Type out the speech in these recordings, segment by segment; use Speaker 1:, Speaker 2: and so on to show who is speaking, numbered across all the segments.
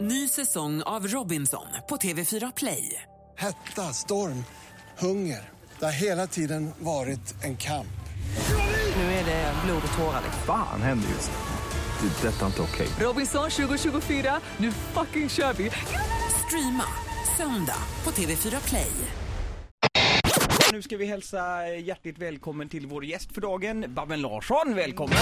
Speaker 1: Ny säsong av Robinson på TV4 Play.
Speaker 2: Hetta, storm, hunger. Det har hela tiden varit en kamp.
Speaker 1: Nu är det blod och tårar.
Speaker 3: Fan händer just nu. Det. är Detta är inte okej.
Speaker 1: Robinson 2024, nu fucking kör vi! Streama söndag på TV4 Play.
Speaker 4: Nu ska vi hälsa hjärtligt välkommen till vår gäst för dagen, Babben Larsson. Välkommen!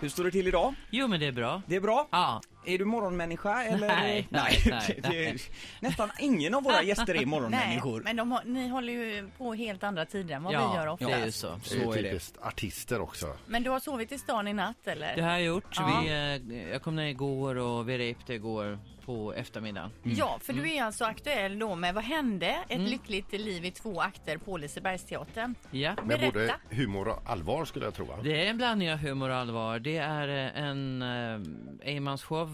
Speaker 4: Hur står det till idag?
Speaker 5: Jo men det är bra.
Speaker 4: Det är bra?
Speaker 5: Ja.
Speaker 4: Är du morgonmänniska eller?
Speaker 5: Nej, nej, nej,
Speaker 4: det- det-
Speaker 5: nej.
Speaker 4: Nästan ingen av våra gäster är morgonmänniskor.
Speaker 6: Nej, men de har, ni håller ju på helt andra tider än vad vi gör ofta.
Speaker 5: det är ju så.
Speaker 7: Det är
Speaker 4: Så är
Speaker 7: ju
Speaker 4: det.
Speaker 7: typiskt artister också.
Speaker 6: Men du har sovit i stan i natt eller?
Speaker 5: Det har jag gjort.
Speaker 6: Ja.
Speaker 5: Vi, eh, jag kom ner igår och vi repte igår på eftermiddagen.
Speaker 6: Ja, för
Speaker 5: Mm.
Speaker 6: du är alltså aktuell då med Vad hände? Ett lyckligt liv i två akter på Lisebergsteatern.
Speaker 5: Ja.
Speaker 6: Men-
Speaker 7: Med
Speaker 6: Berätta.
Speaker 7: både humor och allvar skulle jag tro. va?
Speaker 5: Det är en blandning av humor och allvar. Det är eh, en eh, enmansshow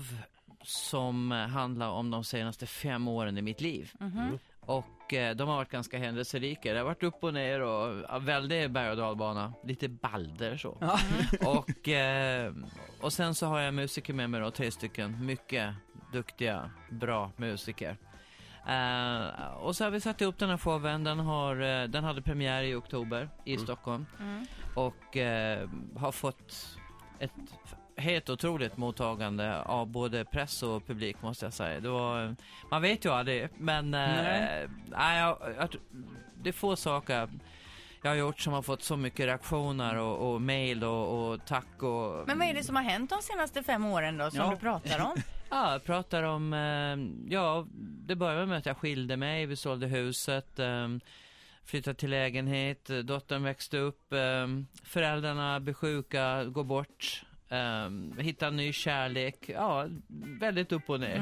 Speaker 5: som eh, handlar om de senaste fem åren i mitt liv. Och eh, de har varit ganska händelserika. Det har varit upp och ner och ja, väldigt berg och dalbana. Lite balder så. och, eh, och sen så har jag musiker med mig då, tre stycken. Mycket duktiga, bra musiker. Eh, och så har vi satt ihop den här showen. Den, har, eh, den hade premiär i oktober i Stockholm. Och eh, har fått ett f- helt otroligt mottagande av både press och publik måste jag säga. Det var, man vet ju aldrig, men eh,
Speaker 4: Nej.
Speaker 5: nej, jag, jag, tr- det är få saker jag har gjort som har fått så mycket reaktioner och, och mejl och, och tack och...
Speaker 6: Men vad är det som har hänt de senaste fem åren då som
Speaker 4: Ja.
Speaker 6: du pratar om?
Speaker 5: Ja, jag pratar om, eh, ja, det började med att jag skilde mig, vi sålde huset, eh, flyttade till lägenhet, eh, dottern växte upp, eh, föräldrarna blir sjuka, går bort, eh, hittar ny kärlek. Ja, väldigt upp och ner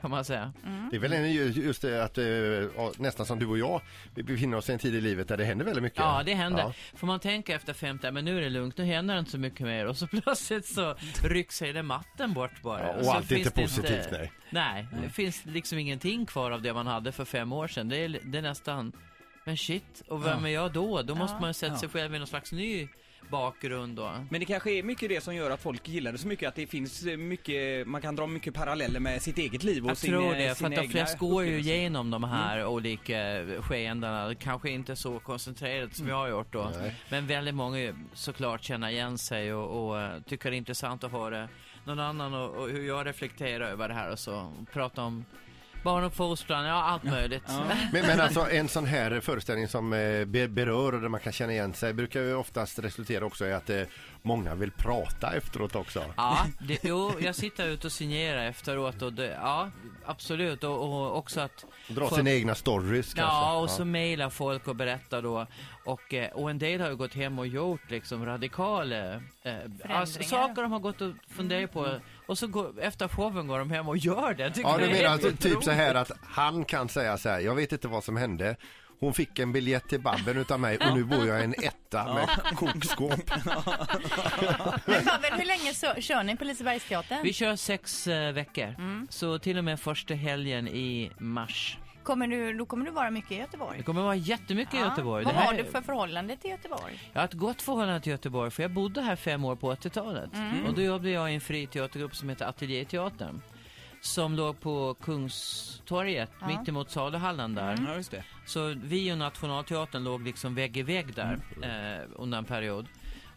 Speaker 5: kan man säga.
Speaker 7: Det är väl en, ju- just det att eh, ja, nästan som du och jag, vi befinner oss i en tid i livet där det händer väldigt mycket.
Speaker 5: Ja, det händer.
Speaker 7: Ja.
Speaker 5: Får man tänka efter 50, men nu är det lugnt, nu händer det inte så mycket mer. Och så plötsligt så rycks hela matten bort bara.
Speaker 7: Ja, och
Speaker 5: så
Speaker 7: allt är
Speaker 5: finns
Speaker 7: inte
Speaker 5: det
Speaker 7: positivt, nej. Mm.
Speaker 5: Nej, det finns liksom ingenting kvar av det man hade för fem år sedan. Det är, det är nästan, men shit, och vem är jag då? Då måste man ju sätta sig själv i någon slags ny bakgrund då.
Speaker 4: Men det kanske är mycket det som gör att folk gillar det så mycket, att det finns eh, mycket, man kan dra mycket paralleller med sitt eget liv och
Speaker 5: Jag
Speaker 4: sin,
Speaker 5: tror
Speaker 4: eh,
Speaker 5: det, för
Speaker 4: sina
Speaker 5: att de
Speaker 4: egna
Speaker 5: flesta går ju
Speaker 4: upplevelser.
Speaker 5: igenom de här olika skeendena, kanske inte så koncentrerat som jag har gjort då.
Speaker 7: Nej.
Speaker 5: Men väldigt många ju såklart känner igen sig och, och eh, tycker det är intressant att höra någon annan och, och hur jag reflekterar över det här och så. Prata om barnuppfostran, ja allt möjligt.
Speaker 7: Men, men alltså en sån här föreställning som eh, be- berör och där man kan känna igen sig brukar ju oftast resultera också i att eh, många vill prata efteråt också.
Speaker 5: Ja, det, jo, jag sitter ute och signerar efteråt och det, ja, absolut. Och, och också att...
Speaker 7: Dra
Speaker 5: folk-
Speaker 7: sina egna stories kanske.
Speaker 5: Ja, och så mejlar folk och berättar då. Och, eh, och en del har ju gått hem och gjort liksom radikala eh, alltså, saker de har gått och funderat
Speaker 6: Mm,
Speaker 5: på. Och så går, efter showen går de hem och gör det. Jag tycker
Speaker 7: Ja,
Speaker 5: det
Speaker 7: du
Speaker 5: är
Speaker 7: menar
Speaker 5: helt
Speaker 7: alltså typ
Speaker 5: otroligt.
Speaker 7: så här att han kan säga så här, jag vet inte vad som hände. Hon fick en biljett till Babben utav mig och nu bor jag i en etta med kokskåp.
Speaker 6: Men Babben, hur länge så, kör ni på Lisebergsteatern?
Speaker 5: Vi kör sex eh, veckor.
Speaker 6: Mm.
Speaker 5: Så till och med första helgen i mars.
Speaker 6: Kommer du, då kommer du vara mycket i
Speaker 5: Det
Speaker 6: Göteborg.
Speaker 5: kommer vara jättemycket i Göteborg.
Speaker 6: Vad
Speaker 5: Det här
Speaker 6: har
Speaker 5: är-
Speaker 6: du för förhållande till Göteborg?
Speaker 5: Jag har ett gott förhållande till Göteborg för jag bodde här fem år på 80-talet.
Speaker 6: Mm.
Speaker 5: Och då jobbade jag i en friteatergrupp som heter Ateljéteatern. Som låg på Kungstorget, mittemot saluhallen där.
Speaker 6: Mm.
Speaker 4: Ja, just det.
Speaker 5: Så vi och Nationalteatern låg liksom vägg i vägg där eh, under en period.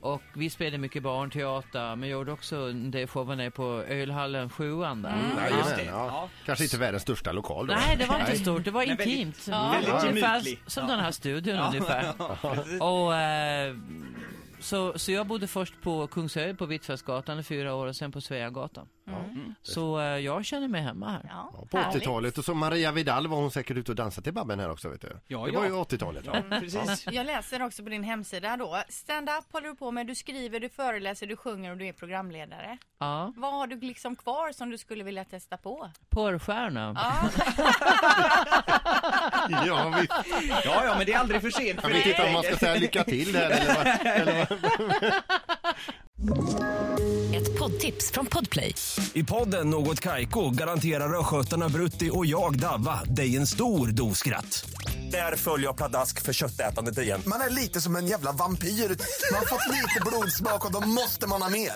Speaker 5: Och vi spelade mycket barnteater, men gjorde också en del shower nere på Ölhallen 7 där.
Speaker 7: Ja,
Speaker 4: Ja,
Speaker 7: just
Speaker 4: just
Speaker 7: det.
Speaker 4: det. Ja.
Speaker 7: Ja. Kanske inte världens största lokal då.
Speaker 5: Mm. Nej, det var inte stort. Det var
Speaker 4: Men väldigt-
Speaker 5: intimt.
Speaker 4: väldigt gemytlig.
Speaker 5: Ungefär som den här studion ungefär. Och, eh, så, så jag bodde först på Kungshöjd på Hvitfeldtsgatan i fyra år och sen på Sveagatan. Så eh, jag känner mig hemma här.
Speaker 6: Ja,
Speaker 7: Ja, På
Speaker 6: härligt.
Speaker 7: 80-talet och så Maria Vidal var hon säkert ute och dansade till Babben här också vet du.
Speaker 4: Ja,
Speaker 7: det
Speaker 4: ja.
Speaker 7: var ju 80-talet.
Speaker 4: Ja, precis.
Speaker 6: Jag läser också på din hemsida då. Stand-up håller du på med. Du skriver, du föreläser, du sjunger och du är programledare.
Speaker 5: Ja.
Speaker 6: Vad har du liksom kvar som du skulle vilja testa på?
Speaker 5: Porrstjärna.
Speaker 7: Ja, vi,
Speaker 4: Ja, ja, men det är aldrig för sent
Speaker 7: jag
Speaker 4: för
Speaker 7: vet inte om man ska
Speaker 4: dig.
Speaker 7: säga lycka till där eller vad.
Speaker 8: Ett poddtips från Podplay.
Speaker 9: I podden Något Kaiko garanterar östgötarna Brutti och jag, Davva, dig en stor dos skratt. Där följer jag pladask för köttätandet igen.
Speaker 10: Man är lite som en jävla vampyr. Man har fått lite blodsmak och då måste man ha mer.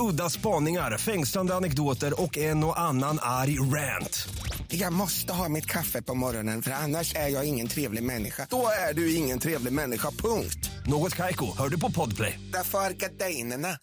Speaker 9: Udda spaningar, fängslande anekdoter och en och annan arg rant.
Speaker 10: Jag måste ha mitt kaffe på morgonen för annars är jag ingen trevlig människa. Då är du ingen trevlig människa, punkt.
Speaker 9: Något Kaiko, hör du på podplay.
Speaker 10: Därför arkadeinerna.